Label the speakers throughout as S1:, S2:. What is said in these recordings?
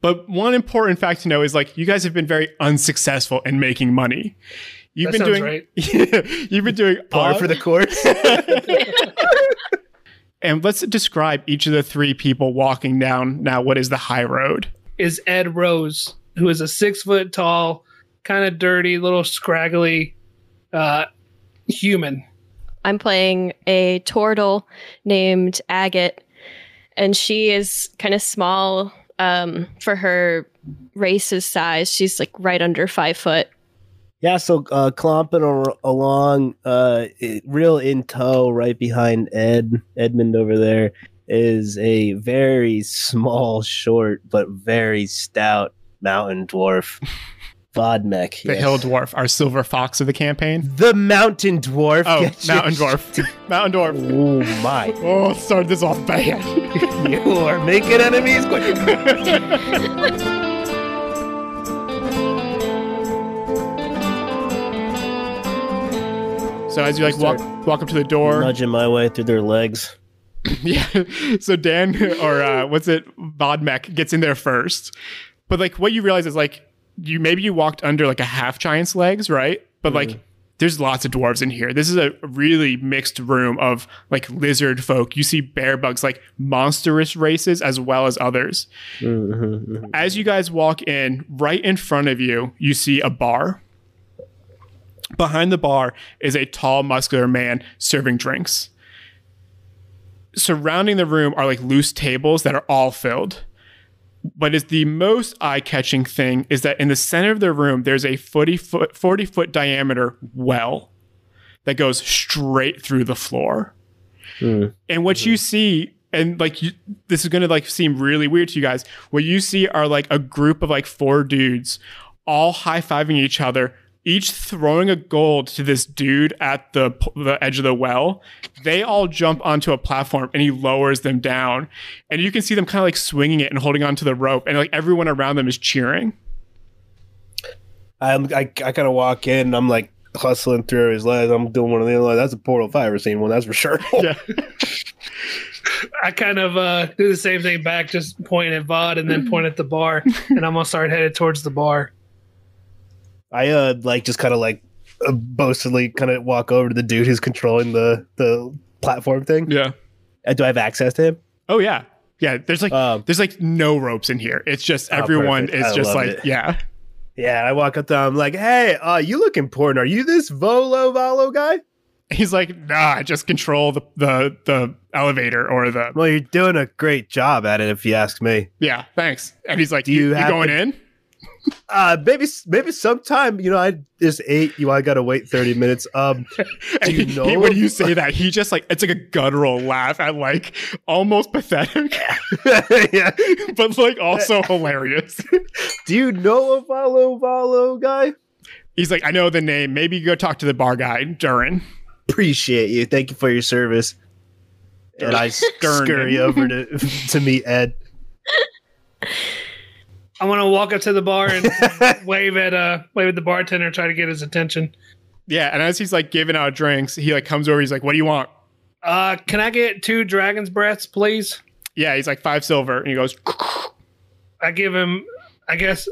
S1: But one important fact to know is like you guys have been very unsuccessful in making money. You've
S2: That
S1: been
S2: sounds
S1: doing
S2: right.
S1: you've been doing
S3: Par
S1: odd-
S3: for the course.
S1: and let's describe each of the three people walking down now what is the high road.
S2: is Ed Rose, who is a six foot tall, kind of dirty, little scraggly uh, human.
S4: I'm playing a turtle named Agate, and she is kind of small um, for her race's size. She's like right under five foot.
S3: yeah, so uh, clomping ar- along, uh, i- real in tow, right behind Ed Edmund over there, is a very small, short but very stout mountain dwarf, Vodmek.
S1: The
S3: yes.
S1: hill dwarf, our silver fox of the campaign.
S3: The mountain dwarf.
S1: Oh,
S3: Get your
S1: mountain dwarf. mountain dwarf.
S3: Oh my!
S1: Oh, let's start this off bad.
S3: You are making enemies. Quick.
S1: So as you like walk walk up to the door,
S3: Nudging my way through their legs.
S1: yeah. So Dan or uh, what's it, Vodmek gets in there first. But like what you realize is like you maybe you walked under like a half giant's legs, right? But like there's lots of dwarves in here. This is a really mixed room of like lizard folk. You see bear bugs, like monstrous races as well as others. As you guys walk in, right in front of you, you see a bar. Behind the bar is a tall, muscular man serving drinks. Surrounding the room are like loose tables that are all filled. But is the most eye-catching thing is that in the center of the room there's a 40 foot 40 foot diameter well that goes straight through the floor. And what you see, and like you, this is gonna like seem really weird to you guys. What you see are like a group of like four dudes, all high fiving each other, each throwing a gold to this dude at the p- the edge of the well. They all jump onto a platform, and he lowers them down, and you can see them kind of like swinging it and holding onto the rope, and like everyone around them is cheering.
S3: I'm, I, I kind of walk in and I'm like hustling through his legs. I'm doing one of the other. That's a portal if I ever seen one. That's for sure.
S1: Yeah.
S2: I kind of uh, do the same thing back, just point at Vod and then point at the bar, and I'm gonna start headed towards the bar.
S3: I uh like just kind of like uh, boastedly kind of walk over to the dude who's controlling the the platform thing.
S1: Yeah.
S3: Uh, do I have access to him?
S1: Oh yeah. Yeah. There's like
S3: Um, oh,
S1: there's like no ropes in here. It's just everyone
S3: perfect.
S1: is
S3: I
S1: just
S3: love
S1: like
S3: it.
S1: yeah.
S3: Yeah, I walk up to him. I'm like, hey, uh, you look important. Are you this Volo Volo guy?
S1: He's like, nah, I just control the, the the elevator or the
S3: Well, you're doing a great job at it, if you ask me.
S1: yeah, thanks. And he's like,
S3: Do
S1: you,
S3: you
S1: you
S3: have
S1: going
S3: to-
S1: in?
S3: Uh, maybe maybe sometime. You know, I just ate. You, I gotta wait 30 minutes. Um,
S1: And
S3: you
S1: he-
S3: know
S1: he- when
S3: him?
S1: you say that, he just like it's like a guttural laugh at like almost pathetic,
S3: yeah.
S1: but like also hilarious.
S3: Do you know a Volo Volo guy?
S1: He's like, I know the name. Maybe you go talk to the bar guy, Durin.
S3: Appreciate you. Thank you for your service. And I
S1: Stern.
S3: scurry over to to meet Ed.
S2: I want to walk up to the bar and wave at uh, wave at the bartender, try to get his attention.
S1: Yeah, and as he's like giving out drinks, he like comes over. He's like, What do you want?
S2: Uh, can I get two dragon's breaths, please?
S1: Yeah, he's like five silver, and he goes,
S2: I give him, I guess.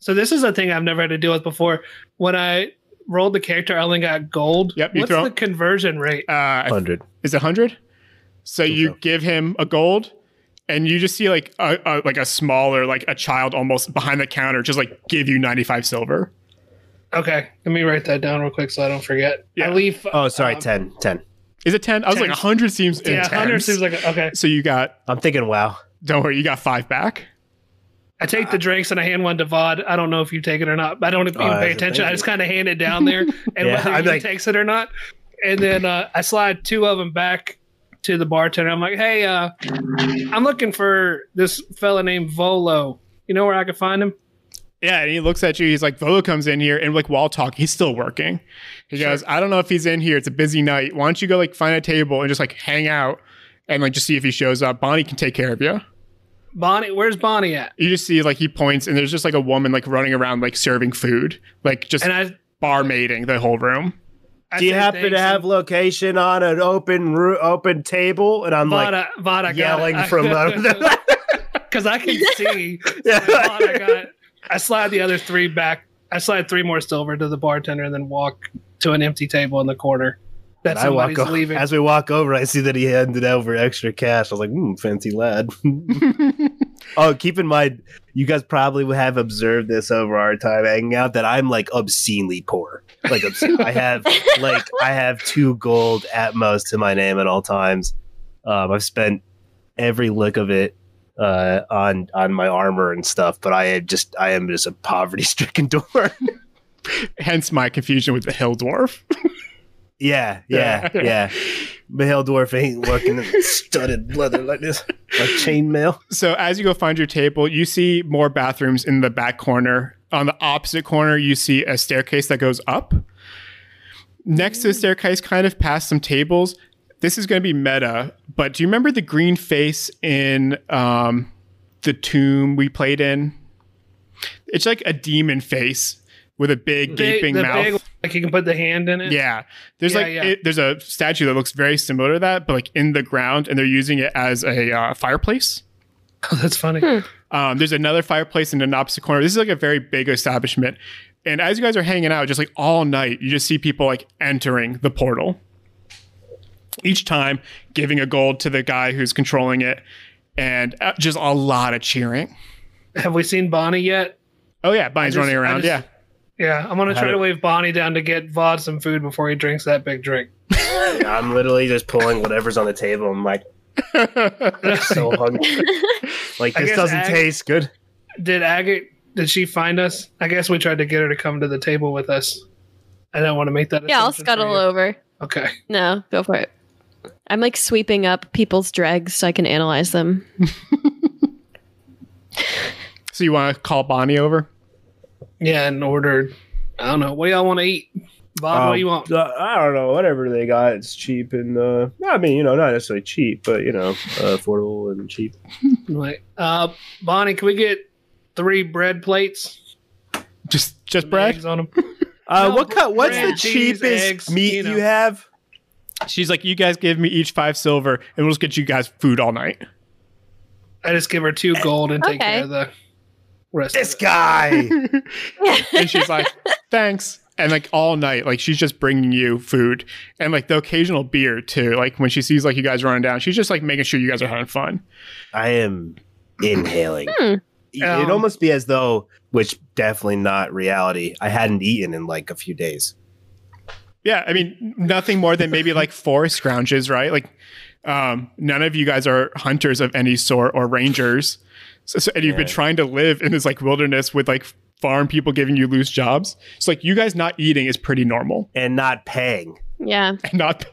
S2: So this is a thing I've never had to deal with before. When I rolled the character, I only got gold.
S1: Yep, you
S2: What's
S1: throw-
S2: the conversion rate?
S1: uh,
S3: Hundred.
S1: is it 100 so you
S3: so.
S1: give him a gold and you just see like a, a like a smaller like a child almost behind the counter just like give you 95 silver
S2: Okay, let me write that down real quick so I don't forget.
S1: Yeah.
S2: I leave.
S3: Oh, sorry,
S2: um,
S3: 10. 10.
S1: is it 10 i was like
S2: Ten.
S1: 100 seems
S2: Yeah,
S1: intense.
S2: hundred seems like a, okay.
S1: so you got
S3: I'm thinking, wow.
S1: don't worry you got five back
S2: I take the drinks and I hand one to Vod. I don't know if you take it or not. But I don't even
S3: Oh,
S2: pay
S3: it's a
S2: attention. I
S3: thing.
S2: just kind of hand it down there, and
S3: Yeah,
S2: whether
S3: I'm
S2: he
S3: like-
S2: takes it or not. And then uh, I slide two of them back to the bartender. I'm like, "Hey, uh, I'm looking for this fella named Volo. You know where I can find him?"
S1: yeah and he looks at you he's like volo comes in here and like while talking he's still working he goes i don't know if he's in here it's a busy night why don't you go like find a table and just like hang out and like just see if he shows up bonnie can take care of you
S2: Bonnie, where's Bonnie at?
S1: you just see like he points and there's just like a woman like running around like serving food like just
S2: And I,
S1: barmaiding the whole room.
S2: I
S3: Do you
S2: say
S3: happen to
S2: thanks,
S3: have
S2: and
S3: location on an open roo- open table? And I'm like
S2: Vada, Vada got it.
S3: yelling from
S2: I-
S3: over the
S2: because I can see. Oh, I got. I slide the other three back. I slide three more silver to the bartender, and then walk to an empty table in the corner. That
S3: And I walk
S2: somebody's
S3: over,
S2: leaving.
S3: as we walk over. I see that he handed over extra cash. I was like, hmm, fancy lad. oh, keep in mind, you guys probably would have observed this over our time hanging out that I'm like obscenely poor. Like obscene. I have like I have two gold at most to my name at all times. Um, I've spent every lick of it uh, on on my armor and stuff, but I had just I am just a poverty stricken dwarf.
S1: Hence my confusion with the hill dwarf.
S3: Yeah, yeah,
S1: Yeah.
S3: yeah. Mahale Dwarf ain't working in studded leather like this, like chainmail.
S1: So as you go find your table, you see more bathrooms in the back corner. On the opposite corner, you see a staircase that goes up. Next to the staircase, kind of past some tables. This is going to be meta, but do you remember the green face in um, the tomb we played in? It's like a demon face with a big
S2: Big-
S1: gaping
S2: the
S1: mouth.
S2: big- like you can put the hand in it.
S1: Yeah, there's
S2: Yeah,
S1: like
S2: yeah.
S1: It, there's a statue that looks very similar to that, but like in the ground, and they're using it as a uh, fireplace.
S2: that's funny.
S1: Um, there's another fireplace in an opposite corner. This is like a very big establishment, and as you guys are hanging out, just like all night, you just see people like entering the portal. Each time, giving a gold to the guy who's controlling it, and uh, just a lot of cheering.
S2: Have we seen Bonnie yet?
S1: Oh yeah, Bonnie's
S2: just-
S1: running
S2: I
S1: around.
S2: just-
S1: yeah,
S2: Yeah, I'm gonna
S3: How
S2: try
S3: do-
S2: to wave Bonnie down to get Vod some food before he drinks that big drink.
S3: I'm literally just pulling whatever's on the table. I'm like, so hungry. Like
S2: I
S3: this
S2: guess
S3: doesn't
S2: ag-
S3: taste good.
S2: Did Agate? Did she find us? I guess we tried to get her to come to the table with us. I don't want to make that.
S4: yeah, I'll
S2: assumption for
S4: scuttle
S2: you.
S4: over.
S2: Okay.
S4: No, go for it. I'm like sweeping up people's dregs so I can analyze them.
S1: so you want to call Bonnie over?
S2: Yeah, and ordered. I don't know. What do y'all want to eat? Bob, what do you want?
S3: Uh, I don't know. Whatever they got, it's cheap and uh, I mean, you know, not necessarily cheap, but you know, uh, affordable and cheap.
S2: Like, uh, Bonnie, can we get three bread plates?
S1: Just just bread.
S2: Eggs on them.
S3: Uh,
S2: No,
S3: what cut? What's
S2: bread,
S3: the
S2: cheese,
S3: cheapest
S2: eggs,
S3: meat
S2: you
S3: you,
S2: know.
S3: have?
S1: She's like, you guys give me each five silver, and we'll just get you guys food all night.
S2: I just give her two gold and take
S4: Okay.
S2: care of the rest.
S3: This
S2: of it.
S3: guy.
S1: And she's like, thanks. And like all night, like she's just bringing you food and like the occasional beer too. Like when she sees like you guys running down, she's just like making sure you guys are having fun.
S3: I am inhaling.
S4: Hmm.
S2: Um,
S1: Oh.
S3: It'd almost be as though, which definitely not reality. I hadn't eaten in like a few days.
S1: Yeah, I mean nothing more than maybe like forest scrounges, right? Like um, none of you guys are hunters of any sort or rangers, so, so- and you've been
S3: Yeah.
S1: trying to live in this like wilderness with like farm people giving you loose jobs. So like you guys not eating is pretty normal,
S3: and not paying.
S4: yeah.
S1: and not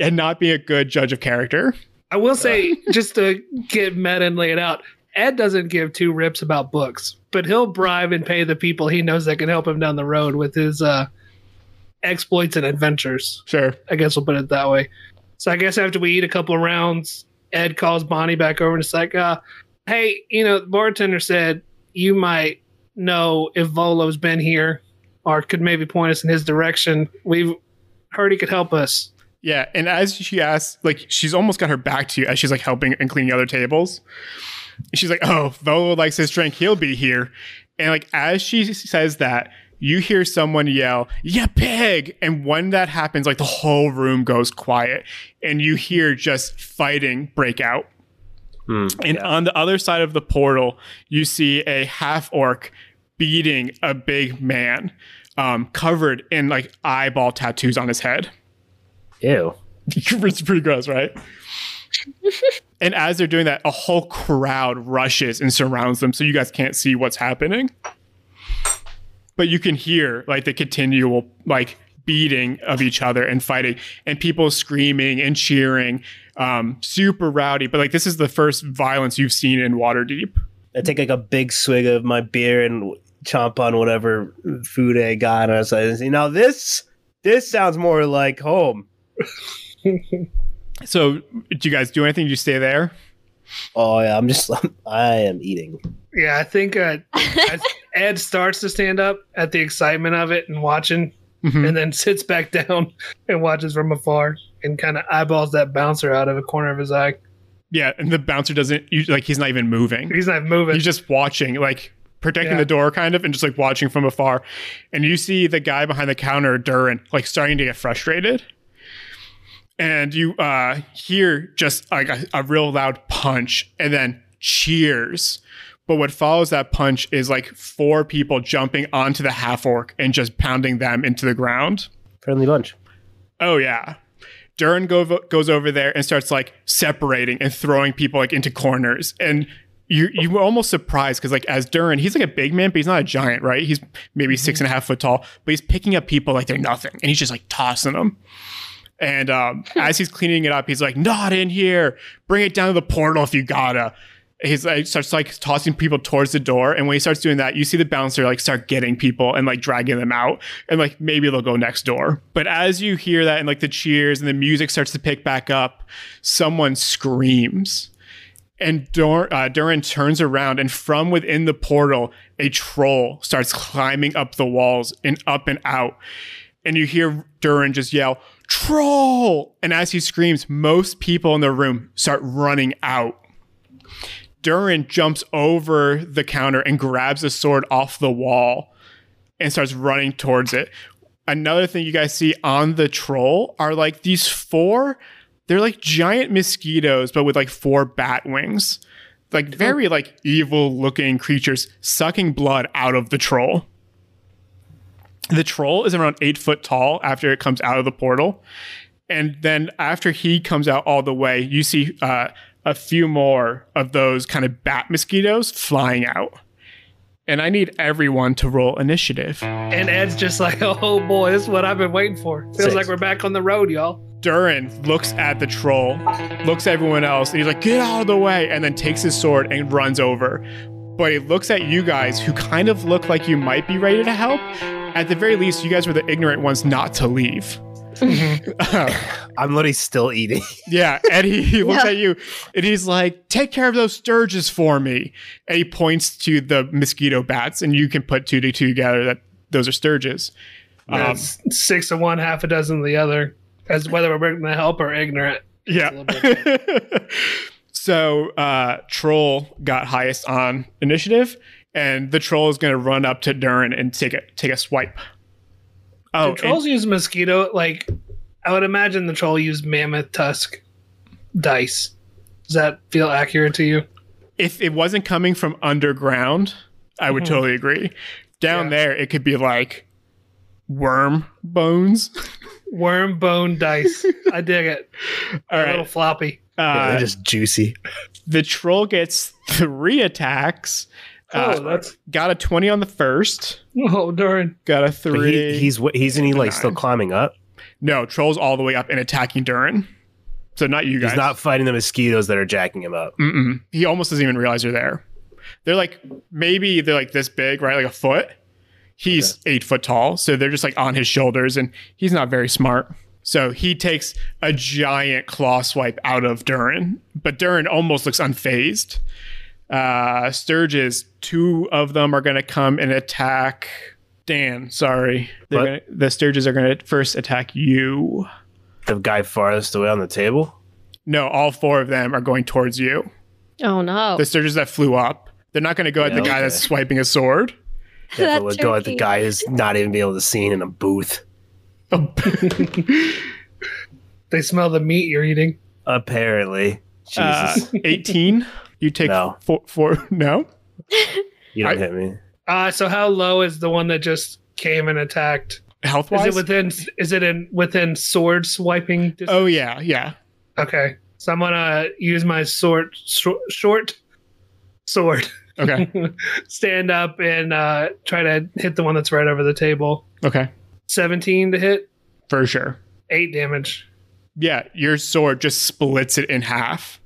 S1: and not being a good judge of character.
S2: I will say, just to get meta and lay it out, Ed doesn't give two rips about books, but he'll bribe and pay the people he knows that can help him down the road with his uh, exploits and adventures.
S1: Sure.
S2: I guess we'll put it that way. So I guess after we eat a couple of rounds, Ed calls Bonnie back over and it's like, uh, hey, you know, the bartender said you might know if Volo's been here or could maybe point us in his direction. We've heard he could help us.
S1: Yeah, and as she asks, like she's almost got her back to you as she's like helping and cleaning other tables. She's like, "Oh, Volo likes his drink. He'll be here." And like as she says that, you hear someone yell, "Yeah, pig!" And when that happens, like the whole room goes quiet, and you hear just fighting break out. And on the other side of the portal, you see a half orc beating a big man, um, covered in like eyeball tattoos on his head.
S3: Ew.
S1: it's pretty gross, right? and as they're doing that, a whole crowd rushes and surrounds them, so you guys can't see what's happening. But you can hear like the continual like beating of each other and fighting, and people screaming and cheering, um, super rowdy. But like this is the first violence you've seen in Waterdeep.
S3: I take like a big swig of my beer and chomp on whatever food I got. And I was like, you know, this this sounds more like home.
S1: So do you guys do anything? Do you stay there?
S3: Oh yeah, I'm just I am eating.
S2: Yeah, I think uh, as Ed starts to stand up at the excitement of it and watching,
S1: Mhm.
S2: and then sits back down and watches from afar and kind of eyeballs that bouncer out of a corner of his eye.
S1: Yeah, and the bouncer doesn't you, like he's not even moving.
S2: He's not moving.
S1: He's just watching, like protecting
S2: Yeah.
S1: the door kind of and just like watching from afar. And you see the guy behind the counter, Durin, like starting to get frustrated. And you uh hear just like a, a real loud punch and then cheers. But what follows that punch is like four people jumping onto the half orc and just pounding them into the ground.
S3: Friendly bunch.
S1: Oh yeah. Durin go, goes over there and starts like separating and throwing people like into corners. And you you were almost surprised because like as Durin, he's like a big man, but he's not a giant, right? He's maybe six and a half foot tall, but he's picking up people like they're nothing, and he's just like tossing them. And um, as he's cleaning it up, he's like, "Not in here! Bring it down to the portal if you gotta." He's like starts like tossing people towards the door, and when he starts doing that, you see the bouncer like start getting people and like dragging them out, and like maybe they'll go next door. But as you hear that and like the cheers and the music starts to pick back up, someone screams. And Dur- uh, Durin turns around, and from within the portal, a troll starts climbing up the walls and up and out. And you hear Durin just yell, Troll! And as he screams, most people in the room start running out. Durin jumps over the counter and grabs a sword off the wall and starts running towards it. Another thing you guys see on the troll are like these four, they're like giant mosquitoes, but with like four bat wings. Like very like evil looking creatures sucking blood out of the troll. The troll is around eight foot tall after it comes out of the portal. And then after he comes out all the way, you see uh, a few more of those kind of bat mosquitoes flying out. And I need everyone to roll initiative.
S2: and Ed's just like, oh boy, this is what I've been waiting for. Feels
S3: Six.
S2: like we're back on the road, y'all.
S1: Durin looks at the troll, looks at everyone else, and he's like, get out of the way, and then takes his sword and runs over. But he looks at you guys who kind of look like you might be ready to help. At the very least, you guys were the ignorant ones not to leave.
S3: I'm literally still eating.
S1: Yeah, and he, he looks
S4: Yeah.
S1: at you and he's like, Take care of those sturges for me. And he points to the mosquito bats, and you can put two to two together that those are sturges.
S2: Uh,
S1: Um,
S2: s- six of one, half a dozen of the other. As whether we're bringing the help or ignorant.
S1: yeah. so uh, Troll got highest on initiative, and the troll is going to run up to Durin and take a, take a swipe. Oh,
S2: Do trolls use mosquito? Like, I would imagine the troll used mammoth tusk dice. Does that feel accurate to you?
S1: if it wasn't coming from underground, I would totally agree. Down
S2: Mm-hmm. Yeah.
S1: there, it could be like worm bones.
S2: Worm bone dice. I dig it.
S1: All
S2: A little
S1: right.
S2: floppy.
S1: Uh,
S3: just juicy.
S1: the troll gets three attacks.
S2: Oh,
S1: Uh,
S2: that's
S1: got a 20 on the first.
S2: oh darn.
S1: Got a
S3: But
S1: three.
S3: he, he's wh- he's and he like still
S1: Nine.
S3: climbing up.
S1: no, troll's all the way up and attacking Durin. So not you guys.
S3: He's not fighting the mosquitoes that are jacking him up.
S1: Mm-mm. He almost doesn't even realize they're there. They're like maybe they're like this big, right? Like a foot. He's eight foot tall, so they're just like on his shoulders, and he's not very smart. So he takes a giant claw swipe out of Durin, but Durin almost looks unfazed. Uh, Sturges, two of them are going to come and attack Dan. Sorry, They're
S3: What?
S1: gonna, the Sturges are going to first attack you.
S3: The guy farthest away on the table.
S1: No, all four of them are going towards you.
S4: Oh no.
S1: the surges that flew up. They're not going to go at the
S3: Yeah,
S1: guy
S3: okay.
S1: that's swiping a sword.
S3: Yeah,
S4: That
S3: but let's go at the
S4: turkey.
S3: guy who's not even be able to see in a booth.
S2: They smell the meat you're eating.
S3: Apparently, Jesus,
S1: Uh, 18. You take
S3: No.
S1: four, four. No.
S3: you don't
S1: I-
S3: hit me.
S2: Uh so how low is the one that just came and attacked?
S1: Health
S2: Is
S1: wise?
S2: it within is it in within sword swiping dis-
S1: oh, yeah. Yeah.
S2: Okay. So I'm gonna use my sword, short, short sword,
S1: Okay.
S2: stand up and uh, try to hit the one that's right over the table.
S1: okay.
S2: 17 to hit,
S1: For sure.
S2: eight damage.
S1: Yeah. Your sword just splits it in half.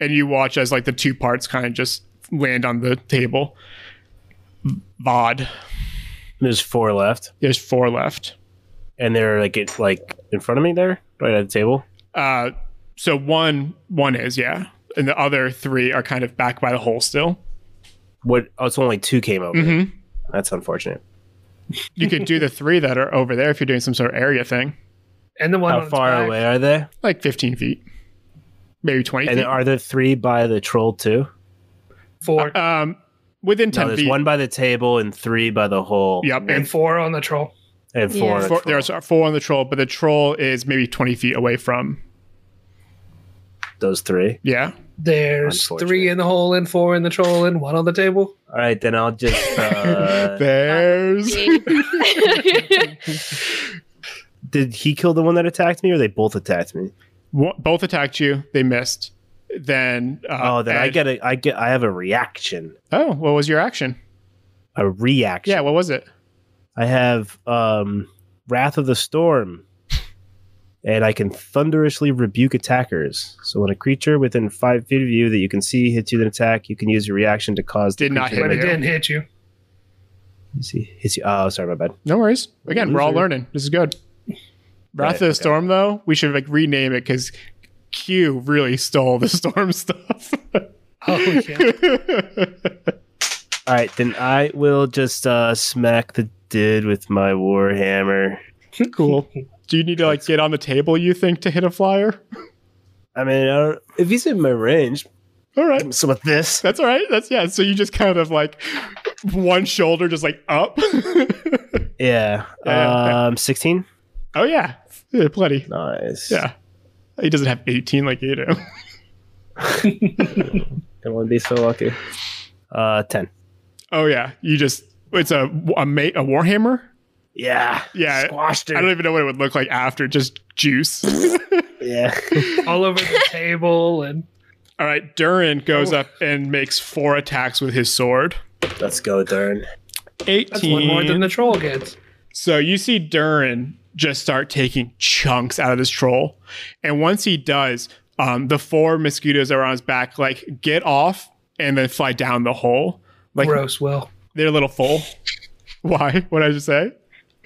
S1: And you watch as like the two parts kind of just land on the table. Vod.
S3: There's four left,
S1: There's four left.
S3: and they're like it, like in front of me there, right at the table.
S1: Uh, so one one is, yeah. And the other three are kind of back by the hole still.
S3: What? Oh, it's only two came over.
S1: Mm-hmm.
S3: That's unfortunate.
S1: You could do the three that are over there if you're doing some sort of area thing,
S2: And the one on
S3: How
S2: its
S3: far
S2: back.
S3: away are they?
S1: like 15 feet. maybe 20
S3: And
S1: feet.
S3: are there three by the troll too?
S2: Four
S1: um, within
S3: No,
S1: 10
S3: there's
S1: feet.
S3: one by the table and three by the hole.
S1: yep.
S2: and
S1: And
S2: four on the troll.
S3: And four.
S4: Yeah.
S3: on the
S1: four,
S3: troll.
S1: there's four on the troll, but the troll is maybe 20 feet away from.
S3: Those three.
S1: Yeah.
S2: There's three
S3: Unfortunate.
S2: in the hole and four in the troll and one on the table.
S3: All right, then I'll just. Uh,
S1: There's.
S3: did he kill the one that attacked me, or they both attacked me?
S1: One- both attacked you. They missed. Then. Uh,
S3: oh, then I
S1: Ed-
S3: get a. I get. I have a reaction.
S1: Oh, what was your action?
S3: A reaction.
S1: Yeah, what was it?
S3: I have um, Wrath of the Storm, and I can thunderously rebuke attackers. So when a creature within five feet of you that you can see hits you with an attack, you can use your reaction to cause. the
S1: Did not
S3: creature
S2: But
S1: hit
S2: it
S1: you.
S2: didn't hit you.
S3: You see, hits you. Oh, sorry, my bad.
S1: No worries. Again, we're all
S3: Loser.
S1: learning. This is good. Wrath of
S3: Right,
S1: the
S3: okay.
S1: Storm, though, we should like rename it because Q really stole the storm stuff.
S2: Oh yeah.
S3: All right, then I will just uh, smack the dude with my warhammer.
S1: cool. Do you need to like get on the table? You think to hit a flyer?
S3: I mean, I don't, if he's in my range,
S1: All right,
S3: so with this,
S1: that's all right. That's yeah. So you just kind of like one shoulder just like up. Yeah,
S3: yeah,
S1: okay.
S3: um, sixteen,
S1: oh yeah, Yeah, plenty.
S3: nice.
S1: Yeah, he doesn't have eighteen like you do.
S3: don't want to be so lucky. Uh, ten.
S1: Oh yeah, you just it's a a mate a warhammer.
S3: Yeah,
S1: Yeah.
S3: squashed
S1: I
S3: her.
S1: don't even know what it would look like after just juice.
S3: Yeah.
S2: All over the table and
S1: All right, Durin goes
S2: Oh.
S1: up and makes four attacks with his sword.
S3: Let's go, Dern.
S2: that's one more than
S1: 18.
S2: the troll gets.
S1: So you see Durin just start taking chunks out of this troll. And once he does, um, the four mosquitoes that are on his back like get off and then fly down the hole. Like
S2: Gross. Well,
S1: they're a little full. Why? What did I just say?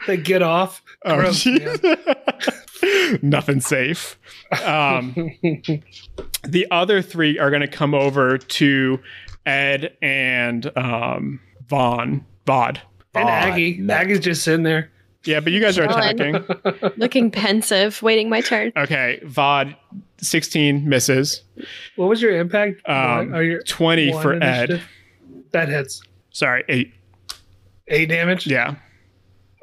S2: they get off.
S1: Oh,
S2: Gross,
S1: geez. Nothing safe. Um, the other three are going to come over to Ed and um, Vaughn. Vod.
S2: And
S3: Oh,
S2: Aggie.
S3: no.
S2: Aggie's just sitting there.
S1: Yeah, but you guys are
S4: Vaughn.
S1: attacking.
S4: Looking pensive, waiting my turn.
S1: Okay, Vod, 16 misses,
S2: What was your impact?
S1: Um,
S2: One- or your
S1: 20
S2: one
S1: for Ed.
S2: initiative? That hits.
S1: Sorry, eight.
S2: Eight damage.
S1: Yeah.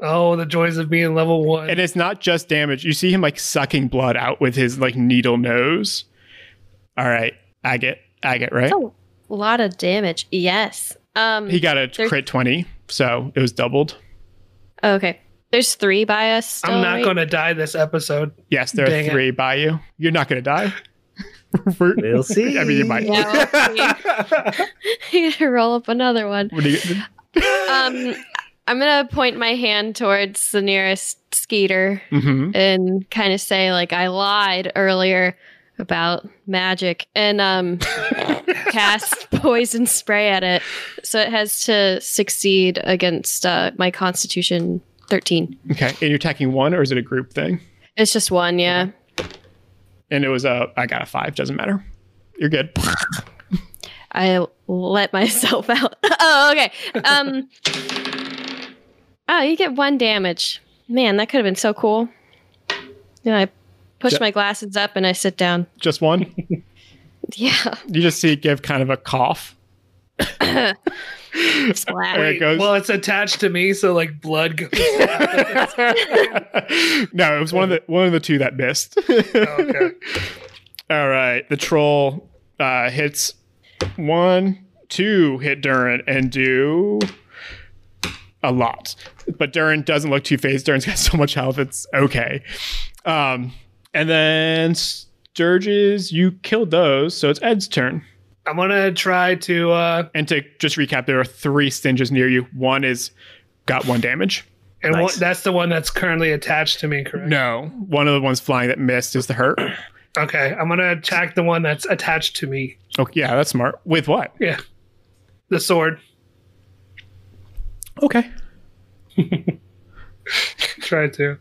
S2: Oh, the joys of being level one.
S1: And it's not just damage. You see him like sucking blood out with his like needle nose. All right, Agate. Agate, right?
S4: Oh, a lot of damage. Yes. Um.
S1: He got a
S4: There's-
S1: crit 20, so it was doubled.
S4: okay. There's three by us. Still,
S2: I'm not
S4: right?
S2: going to die this episode.
S1: Yes, there
S2: Dang
S1: are
S2: it.
S1: three by you. You're not going to die. We're-
S3: We'll see.
S1: I mean, you might.
S4: Yeah. You gotta roll up another one.
S1: What do you-
S4: Um. I'm gonna point my hand towards the nearest Skeeter
S1: Mhm.
S4: and kind of say like I lied earlier about magic and um cast poison spray at it. So it has to succeed against uh, my constitution 13.
S1: Okay, and you're attacking one, or is it a group thing?
S4: It's just one, yeah.
S1: And it was a, I got a five, doesn't matter. You're good.
S4: I let myself out. oh, okay. Um Oh, you get one damage. Man, that could have been so cool. And I push
S1: Ja-
S4: my glasses up and I sit down.
S1: Just one.
S4: Yeah.
S1: You just see it give kind of a cough.
S4: Splat.
S1: There it goes.
S2: Well, it's attached to me, so like blood goes. out.
S1: no, it was one of the one of the two that missed.
S2: okay.
S1: All right, the troll uh, hits one, two, hit Durin and do a lot. But Durin doesn't look too phased. Durin's got so much health, it's okay. Um, and then Sturges, you killed those, so it's Ed's turn.
S2: I'm gonna try to. uh
S1: And to just recap, there are three stinges near you. One is got one damage.
S2: And
S3: Nice.
S2: one, that's the one that's currently attached to me, correct?
S1: No, one of the ones flying that missed is the hurt.
S2: Okay, I'm gonna attack the one that's attached to me.
S1: Oh, yeah, that's smart. With what?
S2: Yeah, the sword.
S1: Okay.
S2: Try to.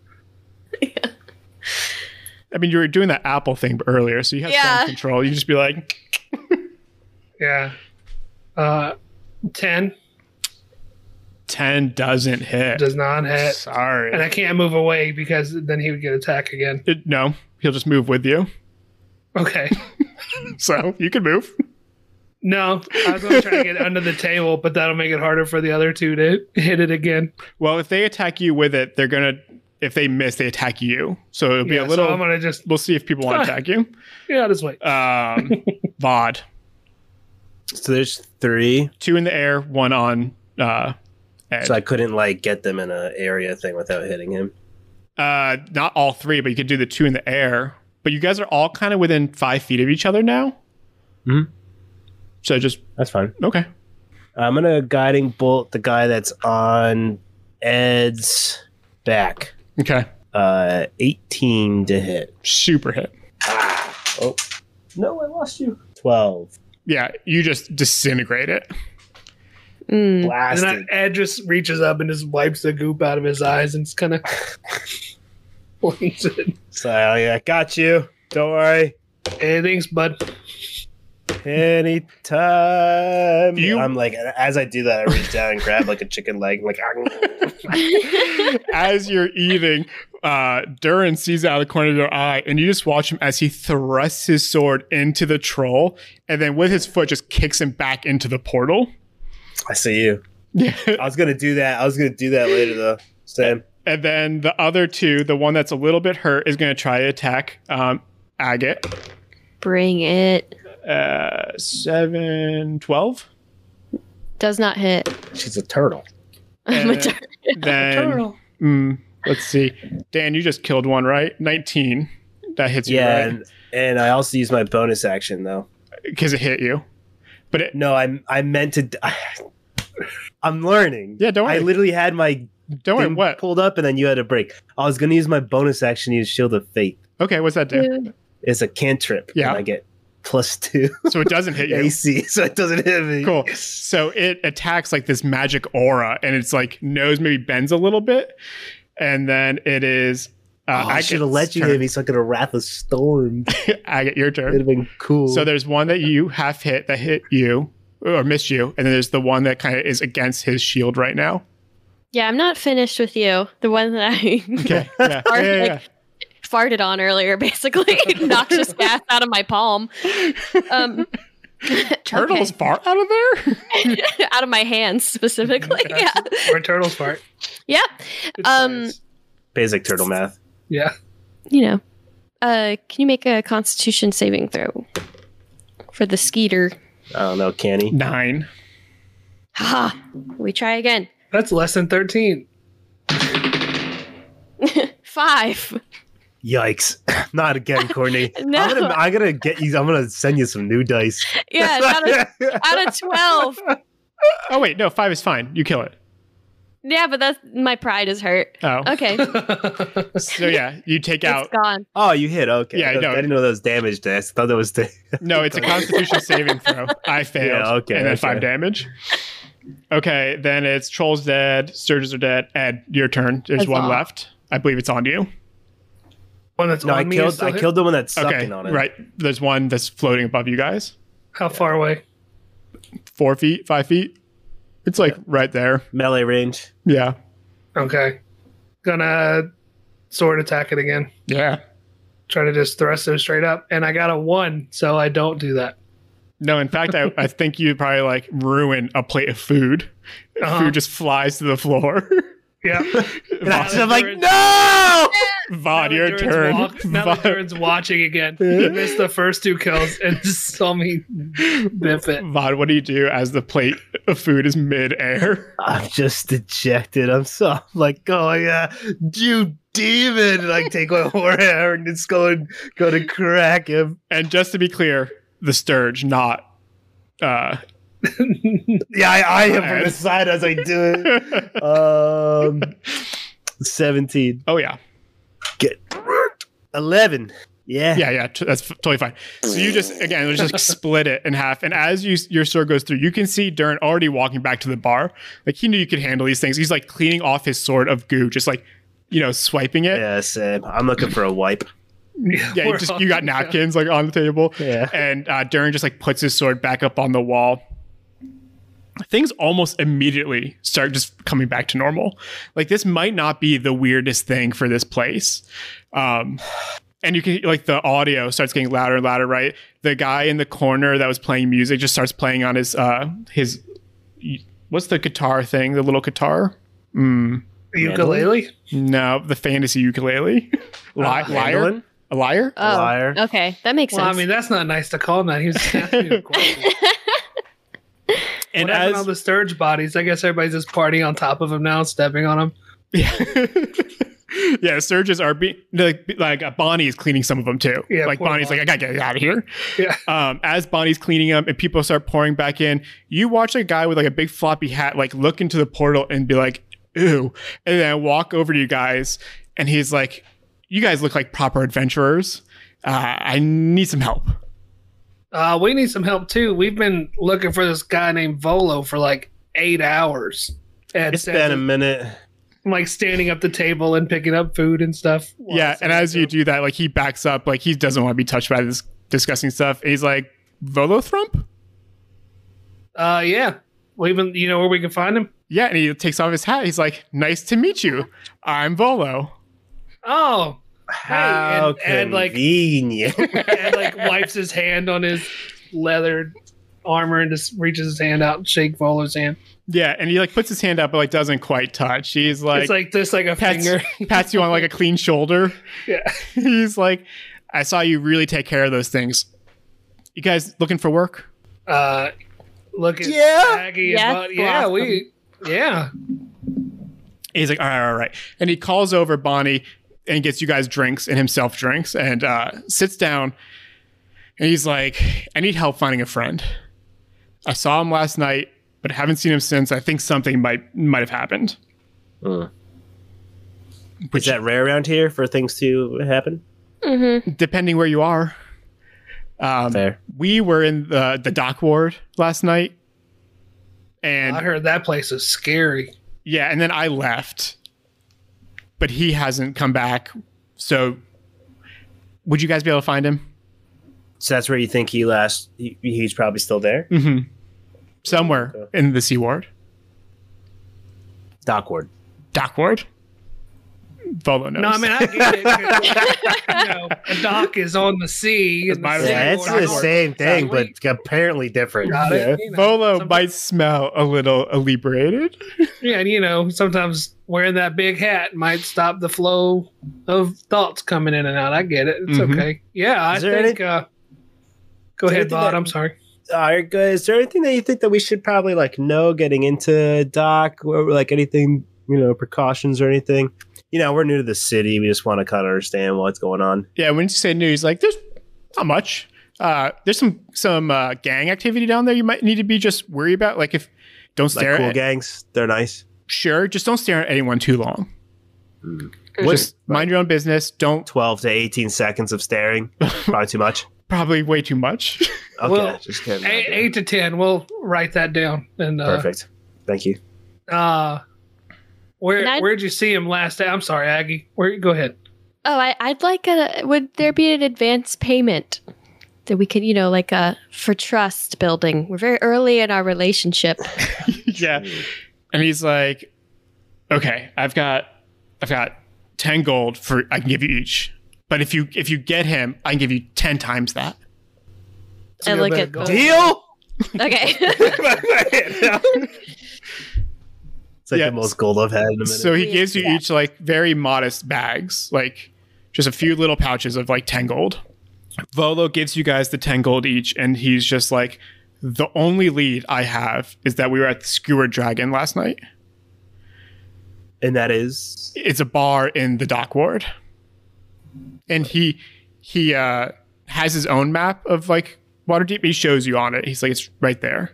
S1: I mean, you were doing that Apple thing earlier, so you have
S4: Yeah.
S1: sound control. You just be like,
S2: Yeah. Uh, ten
S1: 10 doesn't hit.
S2: does not hit,
S1: Sorry.
S2: and I can't move away because then he would get attacked again.
S1: It- no, he'll just move with you.
S2: Okay.
S1: so you can move.
S2: No, I was going to try to get it under the table, but that'll make it harder for the other two to hit it again.
S1: Well, if they attack you with it, they're gonna. If they miss, they attack you. So it'll be
S2: Yeah,
S1: a little.
S2: So I'm gonna just
S1: we'll see if people want to attack you.
S2: yeah, just wait.
S1: Um, Vod,
S3: So there's three.
S1: two in the air, one on uh, Ed.
S3: So I couldn't like get them in a area thing without hitting him.
S1: uh, not all three, but you could do the two in the air. But you guys are all kind of within five feet of each other now.
S3: Mhm.
S2: Mm-hmm.
S1: So just
S3: That's fine.
S1: okay.
S3: I'm gonna guiding bolt the guy that's on Ed's back.
S1: Okay.
S3: Uh, 18 to hit.
S1: Super hit.
S3: No, I lost you. 12.
S1: Yeah, you just disintegrate it.
S4: Mm.
S2: And
S3: Blasted.
S2: then I, Ed just reaches up and just wipes the goop out of his eyes and it's kind of points it.
S3: so yeah, I got you. Don't worry.
S2: Hey, thanks, bud.
S3: Anytime.
S1: You-
S3: I'm like, as I do that, I reach down and grab like a chicken leg. Like, "Ah."
S1: as you're eating, uh, Durin sees out of the corner of your eye, and you just watch him as he thrusts his sword into the troll, and then with his foot just kicks him back into the portal.
S3: I see you.
S1: Yeah.
S3: I was gonna do that. I was gonna do that later though. Sam.
S1: and then the other two, the one that's a little bit hurt, is going to try to attack um, Agate.
S4: Bring it.
S1: Uh, 7, 12.
S4: Does not hit.
S3: She's a turtle.
S4: I'm a
S1: Uh,
S4: tur-
S1: Then, mm, let's see. Dan, you just killed one, right? 19. That hits you,
S3: Yeah,
S1: right?
S3: and, and I also use my bonus action though.
S1: Because it hit you. But it,
S3: No, I I meant to. I, am learning.
S1: Yeah, don't
S3: I
S1: worry.
S3: literally had my
S1: don't worry,
S3: thing
S1: what?
S3: pulled up, and then you had a break. I was gonna use my bonus action to use Shield of Faith.
S1: Okay, what's that do?
S3: It's a cantrip.
S1: Yeah.
S3: and I get plus two
S1: So it doesn't hit you.
S3: AC, so it doesn't hit me.
S1: Cool. So it attacks like this magic aura, and it's like nose maybe bends a little bit, and then it is. Uh,
S3: Oh, I should have let you hit me so I could have wrath a storm. It
S1: I get your
S3: would
S1: turn.
S3: have been cool.
S1: So there's one that you half hit that hit you or missed you, and then there's the one that kind of is against his shield right now.
S4: yeah, I'm not finished with you. The one that I
S1: Okay. Yeah. yeah, yeah, yeah.
S4: farted on earlier, basically noxious gas out of my palm, um,
S1: Turtles far out of there.
S4: okay. out of my hands specifically.
S2: Okay.
S4: Yeah.
S2: Or turtles part.
S4: Yep.
S2: Good
S4: Um,
S2: size.
S3: basic turtle math.
S2: yeah.
S4: you know, uh, can you make a Constitution saving throw for the Skeeter?
S3: I don't know, canny.
S1: Nine.
S4: Ha! We try again.
S2: That's less than 13.
S4: Five.
S3: Yikes! Not again, Courtney.
S4: No.
S3: I'm gonna, I'm gonna get you. I'm gonna send you some new dice.
S4: Yeah, it's out of, out of twelve.
S1: Oh wait, no, five is fine. You kill it.
S4: Yeah, but that's my pride is hurt.
S1: Oh,
S4: Okay,
S1: so yeah, you take out.
S4: it's gone.
S3: Oh, you hit. Okay.
S1: Yeah,
S3: I, thought-
S1: no.
S3: I didn't know that was damage dice. I thought that was. Da-
S1: No, it's a Constitution saving throw. I failed.
S3: Yeah, okay,
S1: And then
S3: okay.
S1: five damage. Okay, then it's trolls dead, sturges are dead. Ed, your turn. There's
S4: That's
S1: one
S4: all.
S1: left. I believe it's on you.
S2: One that's
S3: no,
S2: on
S3: I
S2: me is
S3: killed.
S2: still
S3: I
S2: hit?
S3: killed the one that's sucking
S1: Okay,
S3: on it.
S1: right. There's one that's floating above you guys.
S2: How far away?
S1: Four feet, five feet. It's like right there.
S3: Melee range.
S1: Yeah.
S2: Okay. Gonna sword attack it again.
S1: Yeah.
S2: Try to just thrust it straight up. And I got a one, so I don't do that.
S1: No, in fact, I, I think you probably like ruin a plate of food.
S2: Uh-huh.
S1: Food just flies to the floor.
S2: Yeah.
S3: And I,
S1: Vod,
S3: am like,
S2: Durin's-
S3: no.
S1: Vod,
S2: Now
S1: your
S2: that Durin's
S1: turn.
S2: walk- now that
S1: Vod-
S2: Durin's watching again. He missed the first two kills and just saw me biff it.
S1: Vod, what do you do as the plate of food is mid-air?
S3: I'm just dejected. I'm so I'm like, oh yeah, you demon! And I take my warhammer and it's going go to crack him.
S1: And just to be clear, the Sturge, not. Uh,
S3: Yeah, I, I him from
S1: Alright.
S3: the side as I do it. Um, seventeen.
S1: oh yeah,
S3: Get eleven. Yeah.
S1: yeah, yeah. T- that's f- totally fine. So you just again let's just like, split it in half, and as you your sword goes through, you can see Durin already walking back to the bar. Like he knew you could handle these things. He's like cleaning off his sword of goo, just like you know swiping it.
S3: Yeah, same. I'm looking for a wipe.
S1: Yeah, you
S2: We're
S1: just
S2: all-
S1: you got napkins like on the table.
S3: Yeah.
S1: and uh, Durin just like puts his sword back up on the wall. Things almost immediately start just coming back to normal. Like this might not be the weirdest thing for this place. Um, and you can like the audio starts getting louder and louder right the guy in the corner that was playing music just starts playing on his uh his what's the guitar thing the little guitar mm,
S2: Ukulele?
S1: no the fantasy ukulele Li- liar
S3: Handling?
S1: a liar
S2: Uh,
S4: Oh,
S3: Liar.
S4: okay, that makes
S2: Well, I
S4: sense.
S2: mean, that's not nice to call that. He was asking a question.
S1: and
S2: what happened to all
S1: as
S2: the Sturge bodies? I guess everybody's just partying on top of him now, stepping on him.
S1: yeah yeah surges are being like, like uh, bonnie is cleaning some of them too
S2: Yeah,
S1: like
S2: poor
S1: bonnie's
S2: Bonnie.
S1: like i gotta get out of here
S2: Yeah.
S1: um, as Bonnie's cleaning up and people start pouring back in, you watch a guy with like a big floppy hat like look into the portal and be like, "Ooh," and then walk over to you guys, and he's like, "You guys look like proper adventurers. Uh, I need some help."
S2: Uh, we need some help too. We've been looking for this guy named Volo for like eight hours. And
S3: It's been a minute.
S2: I'm, like standing up the table and picking up food and stuff.
S1: yeah, and as you do that, like he backs up, like he doesn't want to be touched by this disgusting stuff. And he's like, "Volothrump."
S2: uh, yeah, we've been. You know where we can find him?
S1: Yeah, and he takes off his hat. He's like, "Nice to meet you. I'm Volo."
S2: Oh,
S3: How
S2: and- and, like-
S3: convenient.
S2: and like wipes his hand on his leather armor and just reaches his hand out and shake Volo's hand.
S1: Yeah, and he like puts his hand up, but like doesn't quite touch. He's like,
S2: it's like this, like a
S1: pats,
S2: finger.
S1: pats you on like a clean shoulder.
S2: Yeah.
S1: He's like, I saw you really take care of those things. You guys looking for work?
S2: Uh, look at
S3: Yeah.
S2: Aggie
S4: Yes,
S2: and Volo. Yeah,
S4: Blossom.
S2: we. Yeah,
S1: And he's like, all right, all right. And he calls over Bonnie and gets you guys drinks and himself drinks and uh, sits down. And he's like, I need help finding a friend. I saw him last night, but haven't seen him since. I think something might might have happened.
S3: Mm.
S1: Which,
S3: Is that rare around here for things to happen?
S1: depending where you are. Um,
S3: Fair.
S1: we were in the the dock ward last night and
S2: I heard that place is scary.
S1: yeah and then i left but he hasn't come back so would you guys be able to find him
S3: So that's where you think he last. He, he's probably still there.
S1: somewhere in the sea ward
S3: Dockward.
S1: dock ward Volo knows.
S2: No, I mean I get it. 'cause, you know, a dock is on the sea. and
S1: my
S2: the
S1: bad.
S2: sea
S1: Yeah,
S3: Yeah, it's
S2: is on
S3: the
S2: shore.
S3: same thing,
S2: Exactly.
S3: but apparently different.
S2: Got it.
S3: Yeah.
S2: You know,
S1: Volo
S2: sometimes-
S1: might smell a little inebriated.
S2: Yeah, and you know, sometimes wearing that big hat might stop the flow of thoughts coming in and out. I get it. It's
S1: Mhm.
S2: okay. Yeah, I
S3: Is there
S2: think. uh, go
S3: Is there
S2: ahead,
S3: anything
S2: Bod.
S3: that-
S2: I'm sorry.
S3: All right, guys. Is there anything that you think that we should probably like know getting into doc or like anything you know precautions or anything? You know, we're new to the city. We just want to kind of understand what's going on.
S1: Yeah, when you say new, he's like, there's not much. Uh, there's some some uh, gang activity down there you might need to be just worried about. Like if don't
S3: Like
S1: stare
S3: cool
S1: at
S3: gangs, they're nice.
S1: sure, just don't stare at anyone too long. Just mind your own business. Don't
S3: Twelve to eighteen seconds of staring, probably too much.
S1: probably way too much.
S3: Okay,
S2: Well,
S3: just kidding.
S2: Eight, eight to ten. We'll write that down. And uh,
S3: Perfect. Thank you.
S2: uh, where
S4: And I-
S2: where'd you see him last day? I'm sorry, Aggie. Where? Go ahead.
S4: oh, I, I'd like a. Would there be an advance payment that we could, you know, like a for trust building? We're very early in our relationship.
S1: yeah. And he's like, okay, I've got I've got ten gold for I can give you each. But if you if you get him, I can give you ten times that.
S4: I
S2: Somebody
S4: look
S2: better
S4: at
S2: go.
S4: the-
S3: Deal.
S4: Okay.
S3: It's like
S1: Yeah.
S3: the most gold I've had in a minute.
S1: So he
S4: Yeah.
S1: gives you each like very modest bags, like just a few little pouches of like 10 gold. Volo gives you guys the 10 gold each, and he's just like, the only lead I have is that we were at the Skewer Dragon last night.
S3: and that is
S1: It's a bar in the dock ward. And he he uh has his own map of like Waterdeep. He shows you on it. He's like, it's right there.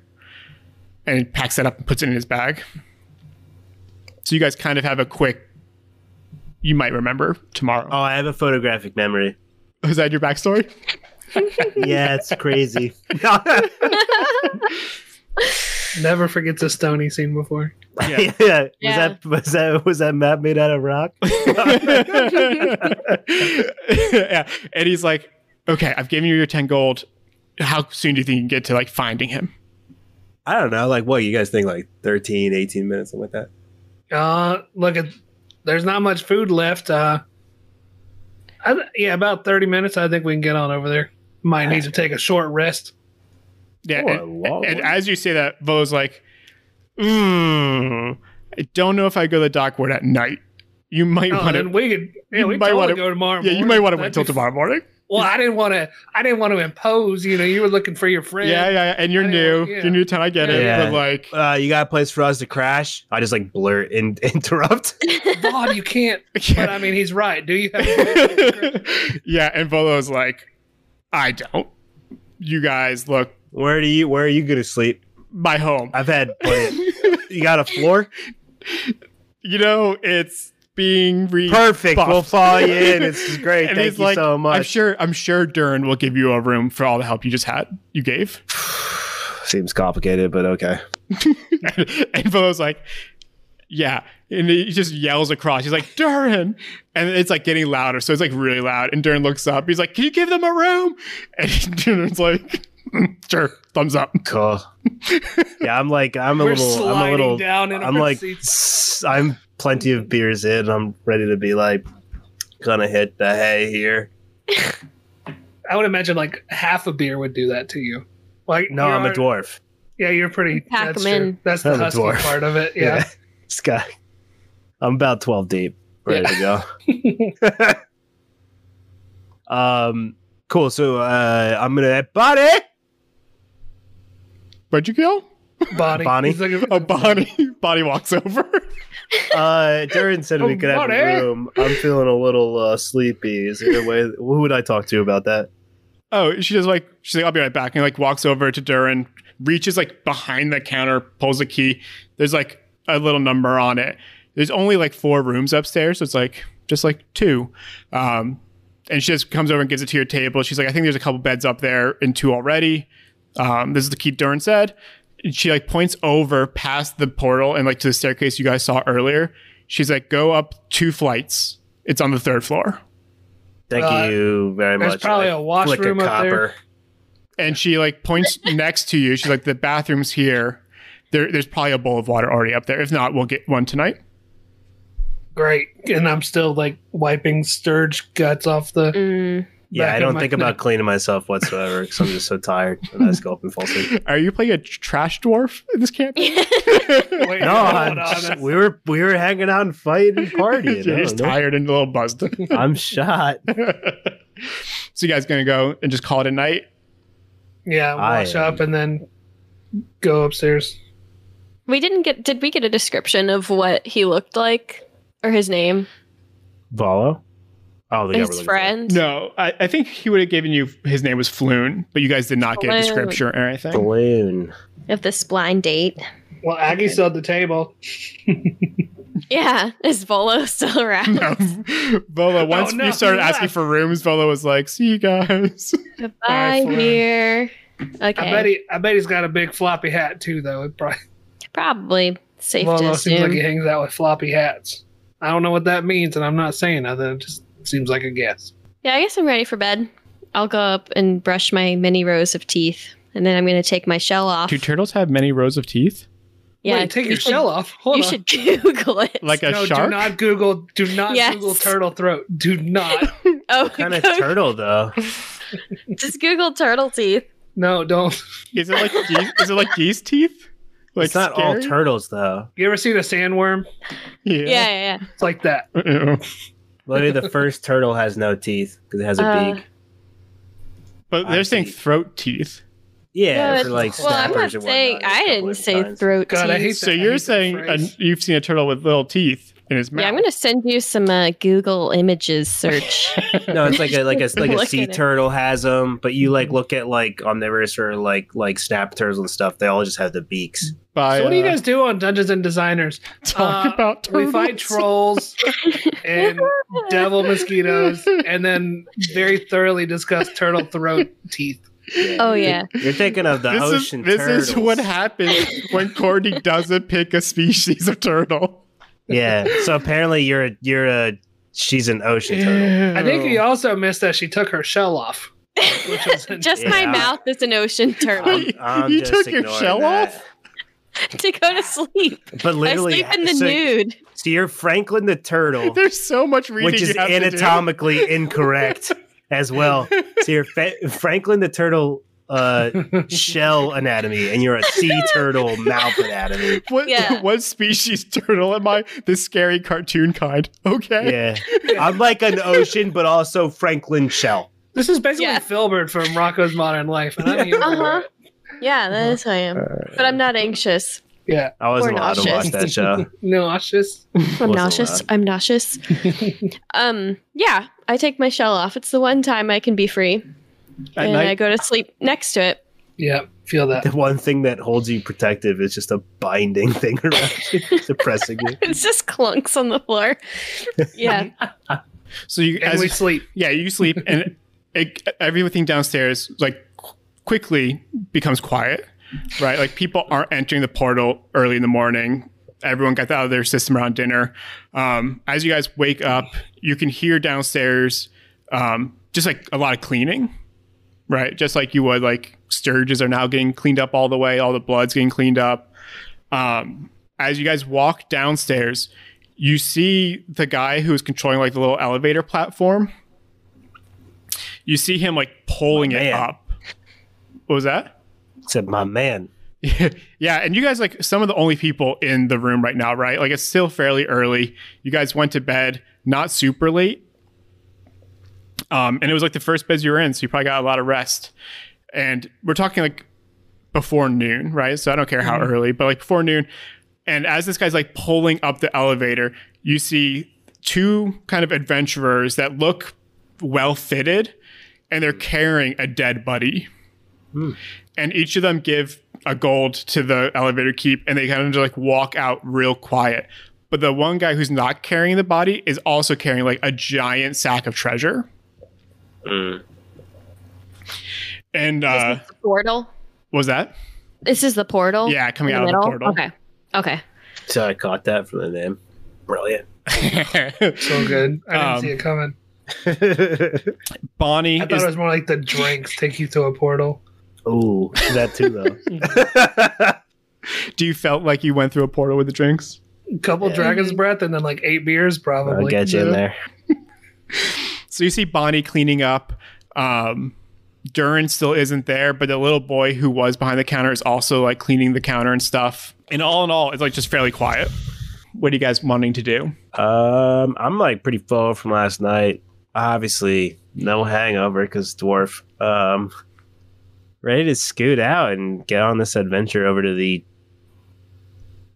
S1: And he packs that up and puts it in his bag. So you guys kind of have a quick you might remember tomorrow.
S3: Oh, I have a photographic memory.
S1: Is that your backstory?
S3: Yeah, it's crazy.
S2: Never forgets a stony scene before.
S1: Yeah.
S3: yeah.
S4: Yeah.
S3: Was that was that was that map made out of rock?
S1: yeah. And he's like, okay, I've given you your 10 gold. How soon do you think you can get to like finding him?
S3: I don't know. Like what you guys think like 13, 18 minutes, something like that.
S2: Uh, look at. There's not much food left. Uh, I, th- yeah, about 30 minutes, I think we can get on over there. Might need to take a short rest.
S1: Yeah,
S3: Or a
S1: and,
S3: long
S1: and
S3: one.
S1: as you say that, Vo's like, mm, I don't know if I go to the Dockwood at night. You might
S2: Oh,
S1: want
S2: then
S1: to.
S2: we could, yeah,
S1: you
S2: we
S1: might
S2: totally
S1: wanna-
S2: go tomorrow.
S1: Yeah, you
S2: morning.
S1: might want to wait
S2: That'd
S1: till
S2: be-
S1: tomorrow morning.
S2: Well, I didn't want to. I didn't want to impose. You know, you were looking for your friend.
S1: Yeah, yeah, yeah, and you're
S2: I
S1: new.
S2: know, yeah.
S1: You're new to town. I get it.
S3: Yeah.
S1: But like,
S3: Uh, you got a place for us to crash? I just like blurt and interrupt.
S2: Vaughn, you can't. But I mean, he's right. Do you? Have
S1: yeah, and Volo's like, I don't. You guys look
S3: Where do you? Where are you gonna sleep?
S1: my home.
S3: I've had. Plenty. you got a floor?
S1: You know, it's being re.
S3: Perfect. We'll
S1: Buffed.
S3: follow you in. This is great.
S1: And
S3: Thank
S1: he's
S3: you
S1: like,
S3: so much.
S1: I'm sure. I'm sure Durin will give you a room for all the help you just had. You gave.
S3: Seems complicated, but okay.
S1: and Volo's like, yeah. And he just yells across. He's like, Durin. And it's like getting louder. So it's like really loud. And Durin looks up. He's like, Can you give them a room? And Durin's like, Sure. Thumbs up.
S3: Cool. yeah, I'm like I'm a
S2: We're
S3: little. I'm a
S2: sliding
S3: little.
S2: down in
S3: I'm
S2: our
S3: like
S2: seats.
S3: s- I'm plenty of beers in. I'm ready to be like gonna hit the hay here.
S2: I would imagine like half a beer would do that to you. Like
S3: No,
S2: you're
S3: I'm a
S2: already-
S3: dwarf.
S2: Yeah, you're pretty.
S4: Pack
S2: that's
S4: 'em in.
S2: true. That's the
S3: I'm a
S2: husky
S3: dwarf.
S2: part of it. Yeah.
S3: This guy. I'm about 12 deep, ready to go. um, cool. So uh, I'm gonna buddy.
S1: What'd you kill?
S2: Bonnie.
S3: Bonnie.
S2: He's "Oh, looking-
S1: A body. Body walks over.
S3: Uh, Darren said we could have
S2: Oh, Buddy!
S3: a room. I'm feeling a little uh, sleepy. Is there a way? Who would I talk to about that?
S1: Oh, she just like she's like, I'll be right back. And like walks over to Durin, reaches like behind the counter, pulls a key. There's like a little number on it. There's only like four rooms upstairs, so it's like just like two. Um, and she just comes over and gives it to your table. She's like, I think there's a couple beds up there and two already. Um, this is the key Durin said. And she like points over past the portal and like to the staircase you guys saw earlier. She's like, go up two flights. It's on the third floor.
S3: Thank
S2: Uh,
S3: you very
S2: there's
S3: much.
S2: probably
S3: I
S2: a washroom
S3: flick
S2: up there.
S1: and she like points next to you. She's like, "The bathroom's here. There, there's probably a bowl of water already up there. If not, we'll get one tonight."
S2: Great. And I'm still like wiping Sturge guts off the.
S4: Mm.
S3: Yeah,
S2: Back
S3: I
S2: in
S3: don't
S2: my-
S3: think about cleaning myself whatsoever because I'm just so tired. And I just go up and fall asleep.
S1: Are you playing a tr- trash dwarf in this camp?
S2: Wait,
S3: No,
S2: hold on.
S3: I'm just- we were we were hanging out and fighting and
S1: You're
S3: partying. I
S1: just
S3: don't know.
S1: tired and a little buzzed. so
S3: I'm shot.
S1: you guys gonna go and just call it a night?
S2: Yeah,
S3: I
S2: wash
S3: am-
S2: up and then go upstairs.
S4: We didn't get. Did we get a description of what he looked like or his name?
S3: Volo? Oh, the guy we're
S4: his
S3: looking for.
S4: friend?
S1: No, I, I think he would have given you his name was Floon, but you guys did not get a
S4: Floon.
S1: description or anything.
S3: Balloon.
S4: Of this blind date.
S2: Well, Aggie still at the table.
S4: Yeah. Is Volo still around?
S1: No, Vola. Oh, Once
S2: no,
S1: you started
S2: he
S1: asking
S2: left.
S1: for rooms, Vola was like, "See you guys."
S4: Goodbye,
S2: Bye, Flynn.
S4: dear.
S2: I bet
S4: Okay.
S2: he. I bet he's got a big floppy hat too, though. It probably
S4: Probably safe
S2: Volo
S4: to
S2: seems like
S4: assume.
S2: he hangs out with floppy hats. I don't know what that means, and I'm not saying nothing. It just seems like a guess.
S4: yeah, I guess I'm ready for bed. I'll go up and brush my many rows of teeth, and then I'm going to take my shell off.
S1: Do turtles have many rows of teeth?
S4: yeah,
S2: Wait, take
S4: you
S2: your
S4: should-
S2: shell off. Hold
S4: you
S2: on.
S4: should Google it.
S1: Like a
S2: no,
S1: shark?
S2: do not Google. Do not
S4: Yes.
S2: Google turtle throat. Do not.
S4: oh,
S3: Kind of
S4: go-
S3: turtle though.
S4: just Google turtle teeth.
S2: no, don't.
S1: Is it like geese, is it like geese teeth? Like
S3: it's not all
S1: scary?
S3: turtles though.
S2: You ever seen a sandworm?
S4: Yeah, yeah, yeah.
S2: It's like that.
S1: Uh-oh.
S3: Literally, the first turtle has no teeth because it has a
S4: Uh,
S3: beak.
S1: But they're
S3: I
S1: saying
S3: see.
S1: throat teeth.
S3: Yeah,
S4: No,
S3: for
S4: it-
S3: like
S4: well, I'm not
S3: snappers and
S4: saying
S3: whatnot,
S4: I
S3: it's
S4: didn't say
S3: double-edged
S4: throat
S2: God, I
S4: teeth.
S2: hate
S1: So
S2: that- I
S1: you're
S2: hate that
S1: saying a,
S2: phrase.
S1: you've seen a turtle with little teeth in his mouth.
S4: Yeah, I'm going to send you some uh, Google images search.
S3: signs. No, it's like a like a like a
S4: Look
S3: sea
S4: at it.
S3: turtle has them, but you like look at like omnivorous or like like snap turtles and stuff. They all just have the beaks.
S1: By,
S2: So what do you
S1: uh,
S2: guys do on Dungeons and Designers?
S1: talk
S2: uh,
S1: about? Turtles.
S2: We fight trolls and devil mosquitoes, and then very thoroughly discuss turtle throat teeth.
S4: oh, yeah.
S3: You're thinking of the
S1: This is
S3: ocean
S1: this
S3: turtles.
S1: is what happens when Courtney doesn't pick a species of turtle.
S3: yeah. So apparently you're a you're a she's an ocean turtle.
S2: I think
S1: Oh.
S2: you also missed that she took her shell off. Which was
S4: Just my
S3: Yeah.
S4: mouth is an ocean turtle.
S1: Wait, you took your shell off?
S4: to go to sleep.
S3: But literally,
S4: I sleep in the
S3: so,
S4: nude.
S3: so you're Franklin the turtle,
S1: There's so much reading
S3: which is
S1: you have to do.
S3: anatomically incorrect as well. So you're fa- Franklin the turtle uh, shell anatomy, and you're a sea turtle mouth anatomy.
S1: What,
S4: Yeah.
S1: what species turtle am I? The scary cartoon kind. Okay.
S3: Yeah, I'm like an ocean, but also Franklin shell.
S2: This is basically
S4: Yeah.
S2: Filbert from Rocco's Modern Life. And I'm here for
S4: Uh-huh.
S2: it.
S4: Yeah, that is who I am. But I'm not anxious.
S2: Yeah.
S3: I wasn't
S4: Or
S3: allowed to watch
S4: nauseous.
S3: that show.
S2: No, it's just
S4: I'm
S3: Wasn't
S4: nauseous.
S3: allowed.
S4: I'm nauseous. um, yeah, I take my shell off. It's the one time I can be free,
S1: At
S4: and
S1: night.
S4: I go to sleep next to it.
S2: yeah, feel that.
S3: The one thing that holds you protective is just a binding thing around you, suppressing you.
S4: It's just clunks on the floor. Yeah,
S1: so you
S2: And
S1: as
S2: we
S1: you-
S2: sleep.
S1: yeah you sleep and it, everything downstairs like qu- quickly becomes quiet, right? Like people aren't entering the portal early in the morning. Everyone got that out of their system around dinner. Um, as you guys wake up, you can hear downstairs um, just like a lot of cleaning. right? Just like you would, like sturges are now getting cleaned up all the way, all the blood's getting cleaned up. Um, as you guys walk downstairs, you see the guy who is controlling like the little elevator platform. You see him like pulling
S3: My
S1: it
S3: man.
S1: up. What was that?
S3: Said my man.
S1: yeah, and you guys like some of the only people in the room right now, right? Like it's still fairly early. You guys went to bed not super late. Um, and it was like the first beds you were in, so you probably got a lot of rest. And we're talking like before noon, right? So I don't care how early, but like before noon. And as this guy's like pulling up the elevator, you see two kind of adventurers that look well fitted and they're carrying a dead buddy and each of them give a gold to the elevator keep and they kind of just like walk out real quiet but the one guy who's not carrying the body is also carrying like a giant sack of treasure and uh
S4: portal.
S1: what was that
S4: This is the portal.
S1: yeah coming
S4: Oh,
S1: out
S4: in
S1: of the
S4: middle?
S1: portal
S4: Okay. Okay.
S3: So I caught that from the name. Brilliant.
S2: So good. I didn't
S1: Um,
S2: see it coming.
S1: bonnie
S2: I thought
S1: is
S2: it was more like the drinks take you to a portal.
S3: Ooh, that too though.
S1: do you felt like you went through a portal with the drinks
S2: A couple
S3: Yeah.
S2: dragon's breath and then like eight beers probably.
S3: I'll get you in
S2: Yeah.
S3: there.
S1: So you see Bonnie cleaning up. Um, Durin still isn't there, but the little boy who was behind the counter is also like cleaning the counter and stuff. And all in all, it's like just fairly quiet. What are you guys wanting to do?
S3: Um, I'm like pretty full from last night. Obviously, no hangover because dwarf. Um, ready to scoot out and get on this adventure over to the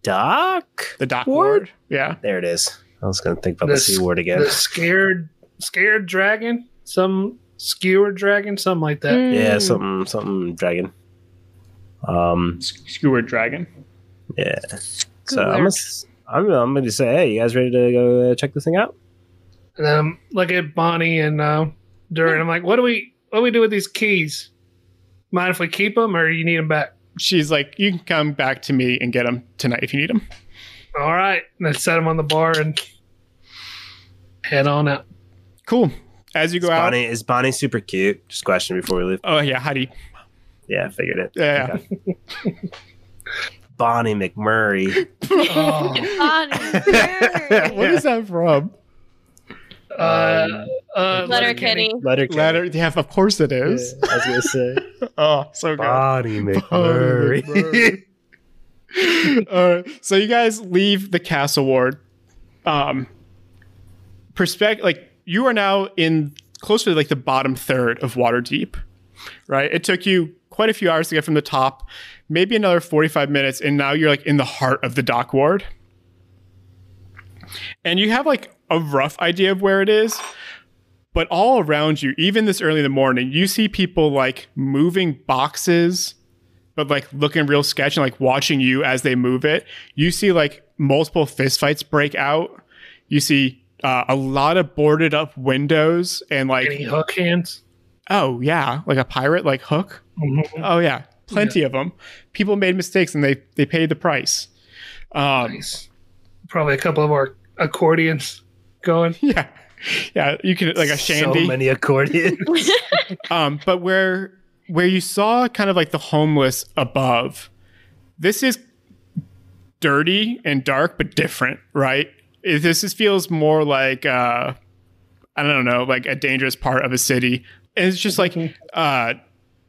S3: dock.
S1: The dock
S3: Ward?
S1: ward? Yeah.
S3: There it is. I was gonna think about
S2: This-
S3: the c word again.
S2: The scared scared dragon, some skewer dragon, something like that.
S3: Yeah,
S4: Mm.
S3: something, something dragon. Um,
S1: Skewer dragon.
S3: yeah. So
S4: Good
S3: I'm
S4: work.
S3: gonna, s- I'm, I'm gonna say, hey, you guys ready to go uh, check this thing out?
S2: And then I'm looking at Bonnie and uh, Durin. I'm like, what do we what do we do with these keys? Mind if we keep them or you need them back?
S1: She's like, you can come back to me and get them tonight if you need them.
S2: All right. And I set them on the bar and head on out.
S1: Cool. As you
S3: Is
S1: go out.
S3: Bonnie, is Bonnie super cute? Just question before we leave.
S1: Oh, yeah. How do you?
S3: Yeah, I figured it.
S1: Yeah. yeah.
S3: Bonnie McMurray.
S2: Oh.
S4: Bonnie.
S1: What is that from?
S2: Uh, uh,
S4: Letter Kenny.
S3: Um, Letter
S1: Letter. Yeah, of course it
S3: I
S1: is.
S3: was gonna say
S1: Oh, so good.
S3: Bonnie
S1: Bonnie
S3: McMurray.
S1: All right. So you guys leave the castle ward. Um perspective like you are now in closer to like the bottom third of Waterdeep. Right? It took you quite a few hours to get from the top, maybe another 45 minutes and now you're like in the heart of the dock ward. And you have like a rough idea of where it is. But all around you, even this early in the morning, you see people like moving boxes but like looking real sketch and like watching you as they move it, you see like multiple fistfights break out. You see uh, a lot of boarded up windows and
S2: Any
S1: like
S2: hook hands?
S1: oh yeah, like a pirate like hook.
S3: Mm-hmm.
S2: Mhm.
S1: Oh yeah, plenty of 'em. of them. People made mistakes and they they paid the price. Um,
S2: Nice. Probably a couple of our accordions going.
S1: yeah, yeah, you can like a shandy.
S3: So many accordions.
S1: um, but where where you saw kind of like the homeless above, this is dirty and dark, but different, right? It, this just feels more like uh, I don't know, like a dangerous part of a city. And it's just like uh,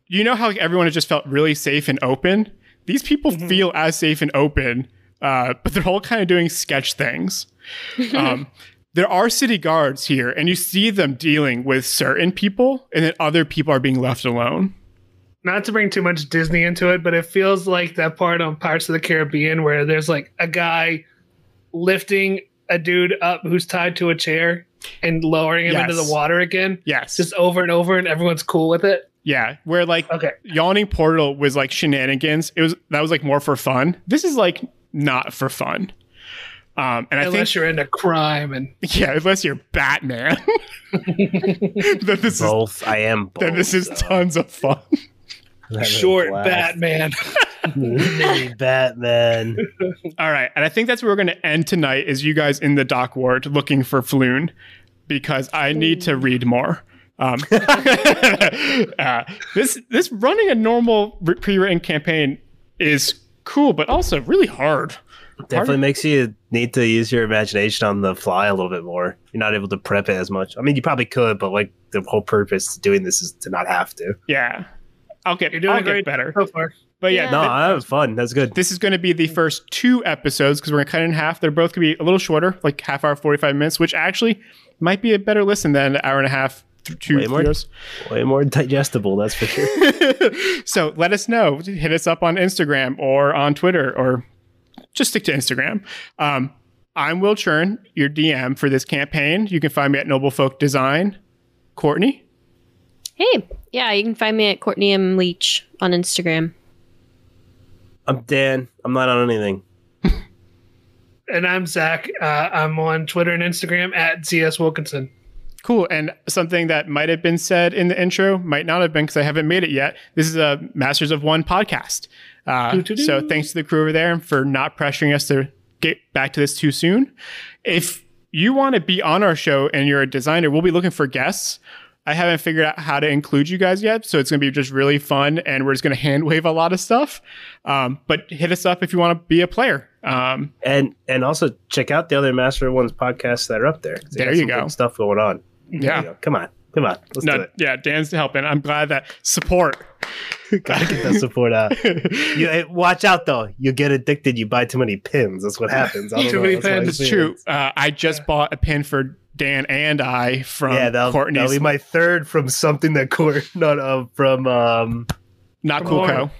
S1: you know how like, everyone has just felt really safe and open. These people feel as safe and open, uh, but they're all kind of doing sketch things. Um, there are city guards here, and you see them dealing with certain people, and then other people are being left alone.
S2: Not to bring too much Disney into it, but it feels like that part on Pirates of the Caribbean where there's like a guy lifting a dude up who's tied to a chair and lowering him into
S1: Yes.
S2: the water again,
S1: Yes.
S2: just over and over, and everyone's cool with it.
S1: yeah. Where like
S2: Okay.
S1: yawning portal was like shenanigans. It was that was like more for fun. This is like not for fun. Um, and I
S2: Unless
S1: think
S2: you're into crime and
S1: yeah, unless you're Batman, then this is
S3: Both. I am both.
S1: then this is tons of fun.
S5: I'm having a
S2: short
S5: blast.
S2: Batman.
S5: Mini Batman.
S1: All right, and I think that's where we're going to end tonight. Is you guys in the dock ward looking for Floon? Because I need to read more. Um, uh, this this running a normal re- pre-written campaign is cool, but also really hard.
S3: Definitely makes you need to use your imagination on the fly a little bit more. You're not able to prep it as much. I mean, you probably could, but like the whole purpose to doing this is to not have to.
S1: Yeah, I'll get
S2: You're doing
S1: I'll
S2: great
S1: get better.
S2: so far.
S1: But yeah,
S4: Yeah.
S3: No, that was fun. That's good.
S1: this is going to be the first two episodes because we're going to cut it in half. They're both going to be a little shorter, like half hour, 45 minutes, which actually might be a better listen than an hour and a half, th- two
S3: Way more.
S1: videos.
S3: Way more digestible, that's for sure.
S1: so let us know. Hit us up on Instagram or on Twitter or just stick to Instagram. Um, I'm Will Churn, your DM for this campaign. You can find me at Noble Folk Design. Courtney?
S4: Hey, yeah, you can find me at Courtney M. Leach on Instagram.
S3: I'm Dan. I'm not on anything.
S2: And I'm Zach. Uh, I'm on Twitter and Instagram at CS Wilkinson.
S1: Cool. And something that might have been said in the intro might not have been because I haven't made it yet. This is a Masters of One podcast. Uh,
S2: Doo-doo-doo.
S1: so thanks to the crew over there for not pressuring us to get back to this too soon. If you want to be on our show and you're a designer, we'll be looking for guests. I haven't figured out how to include you guys yet, so it's going to be just really fun, and we're just going to hand wave a lot of stuff. Um, but hit us up if you want to be a player. Um,
S3: And and also check out the other Master of One's podcasts that are up there. 'cause they
S1: There
S3: got
S1: you
S3: some
S1: go.
S3: good Stuff going on. There
S1: yeah,
S3: you go. Come on. Come on. Let's do
S1: no,
S3: it.
S1: yeah, Dan's helping. I'm glad that support.
S3: Gotta get that support out. you, eh, watch out though. You get addicted. You buy too many pins. That's what happens. I don't
S2: Too
S3: know.
S2: many
S3: That's what I
S2: pins.
S1: It's
S3: see.
S1: true. Uh, I just bought a pin for Dan and I from
S3: yeah, that'll, that'll
S1: Courtney's
S3: be my third from something that Court not uh, from um
S1: Not
S2: From
S1: Cool
S2: Lauren.
S1: Co.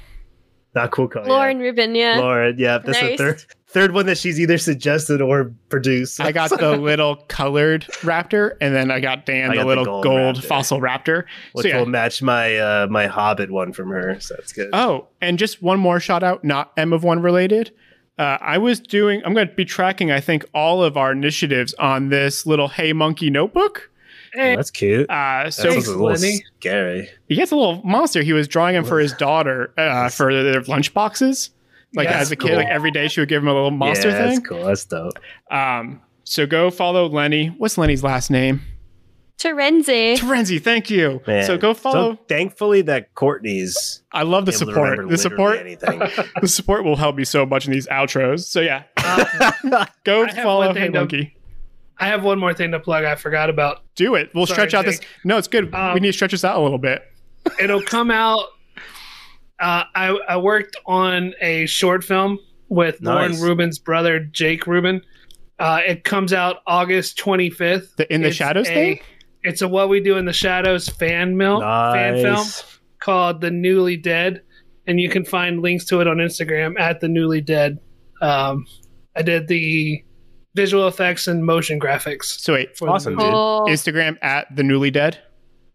S3: not cool call.
S4: Lauren Rubin,
S3: Yeah.
S4: yeah.
S3: Lauren, yeah, that's
S4: Nice.
S3: the third third one that she's either suggested or produced.
S1: I got the little colored raptor, and then I got Dan
S3: I
S1: the
S3: got the
S1: little gold,
S3: gold raptor.
S1: fossil raptor.
S3: which
S1: so yeah.
S3: will match my uh my Hobbit one from her. So that's good.
S1: Oh, and just one more shout out, not M of One related. Uh, I was doing. I'm going to be tracking. I think all of our initiatives on this little Hey Monkey notebook.
S2: Hey,
S3: that's cute.
S1: Uh, so
S3: That sounds a little
S2: Lenny.
S3: scary.
S1: he gets a little monster. He was drawing him for his daughter uh, for their lunch boxes. Like
S2: That's
S1: as a kid,
S3: cool.
S1: like every day she would give him a little monster
S3: yeah,
S1: thing.
S3: That's cool. That's dope.
S1: Um, so go follow Lenny. What's Lenny's last name?
S4: Terenzi.
S1: Terenzi, thank you.
S3: Man.
S1: So go follow.
S3: thankfully that Courtney's
S1: I love the
S3: able to
S1: support. The
S3: remember literally
S1: support,
S3: anything.
S1: the support will help me so much in these outros. So yeah, go
S2: I have
S1: follow
S2: one thing
S1: Hey
S2: to-
S1: Monkey.
S2: Uh, I have one more thing to plug. I forgot about.
S1: Do it. We'll
S2: Sorry,
S1: stretch out this.
S2: Jake.
S1: No, it's good.
S2: Um,
S1: we need to stretch this out a little bit.
S2: It'll come out. Uh, I I worked on a short film with
S3: Nice.
S2: Lauren Rubin's brother Jake Rubin. Uh, it comes out August 25th.
S1: The in the
S2: It's
S1: shadows
S2: a-
S1: thing.
S2: It's a what we do in the shadows fan mill fan film
S3: Nice.
S2: called The Newly Dead, and you can find links to it on Instagram at The Newly Dead. Um, I did the visual effects and motion graphics.
S1: So wait,
S2: for the
S3: Awesome,
S2: movie.
S3: dude.
S4: Oh,
S1: Instagram at the newly dead.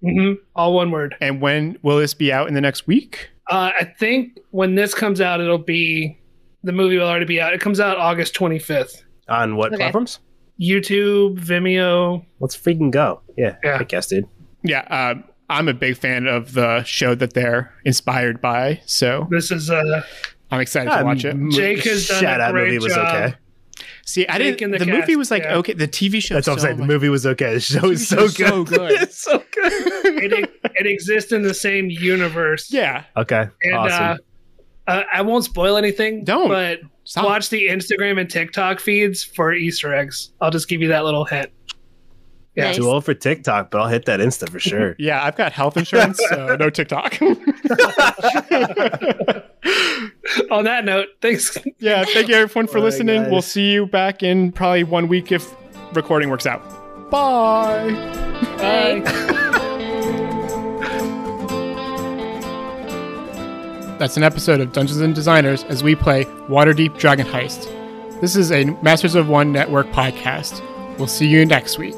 S2: Mhm. All one word.
S1: And when will this be out in the next week?
S2: Uh, I think when this comes out, it'll be the movie will already be out. It comes out August 25th.
S3: On what
S4: Okay.
S3: platforms?
S2: YouTube, Vimeo.
S3: Let's freaking go. Yeah.
S2: Yeah.
S3: I guess, dude.
S1: Yeah, uh, I'm a big fan of the show that they're inspired by. So
S2: This is uh,
S1: I'm excited to
S3: Um,
S1: watch it.
S2: Jake has done a
S3: Shout out
S2: great
S3: movie was
S2: job.
S3: okay.
S1: See, I
S2: Jake
S1: didn't.
S2: and
S1: The,
S2: the
S1: movie
S2: cast,
S1: was like
S2: yeah.
S1: okay. The TV show.
S3: That's
S1: so
S3: what I'm saying.
S1: much-
S3: The movie was okay. The show is so
S1: show's
S3: good.
S1: so good.
S3: it's so good.
S2: it, it exists in the same universe.
S1: Yeah.
S3: Okay.
S2: And
S3: awesome.
S2: uh, uh, I won't spoil anything.
S1: Don't.
S2: But
S1: Solid.
S2: Watch the Instagram and TikTok feeds for Easter eggs. I'll just give you that little hint. Yeah.
S4: Nice.
S6: Too old for TikTok, but I'll hit that Insta for sure.
S1: Yeah, I've got health insurance, so no TikTok.
S2: On that note, thanks.
S1: yeah, thank you everyone for
S3: All right,
S1: listening.
S3: guys.
S1: We'll see you back in probably one week if recording works out. Bye.
S4: Bye.
S1: That's an episode of Dungeons and Designers as we play Waterdeep Dragon Heist. This is a Masters of One Network podcast. We'll see you next week.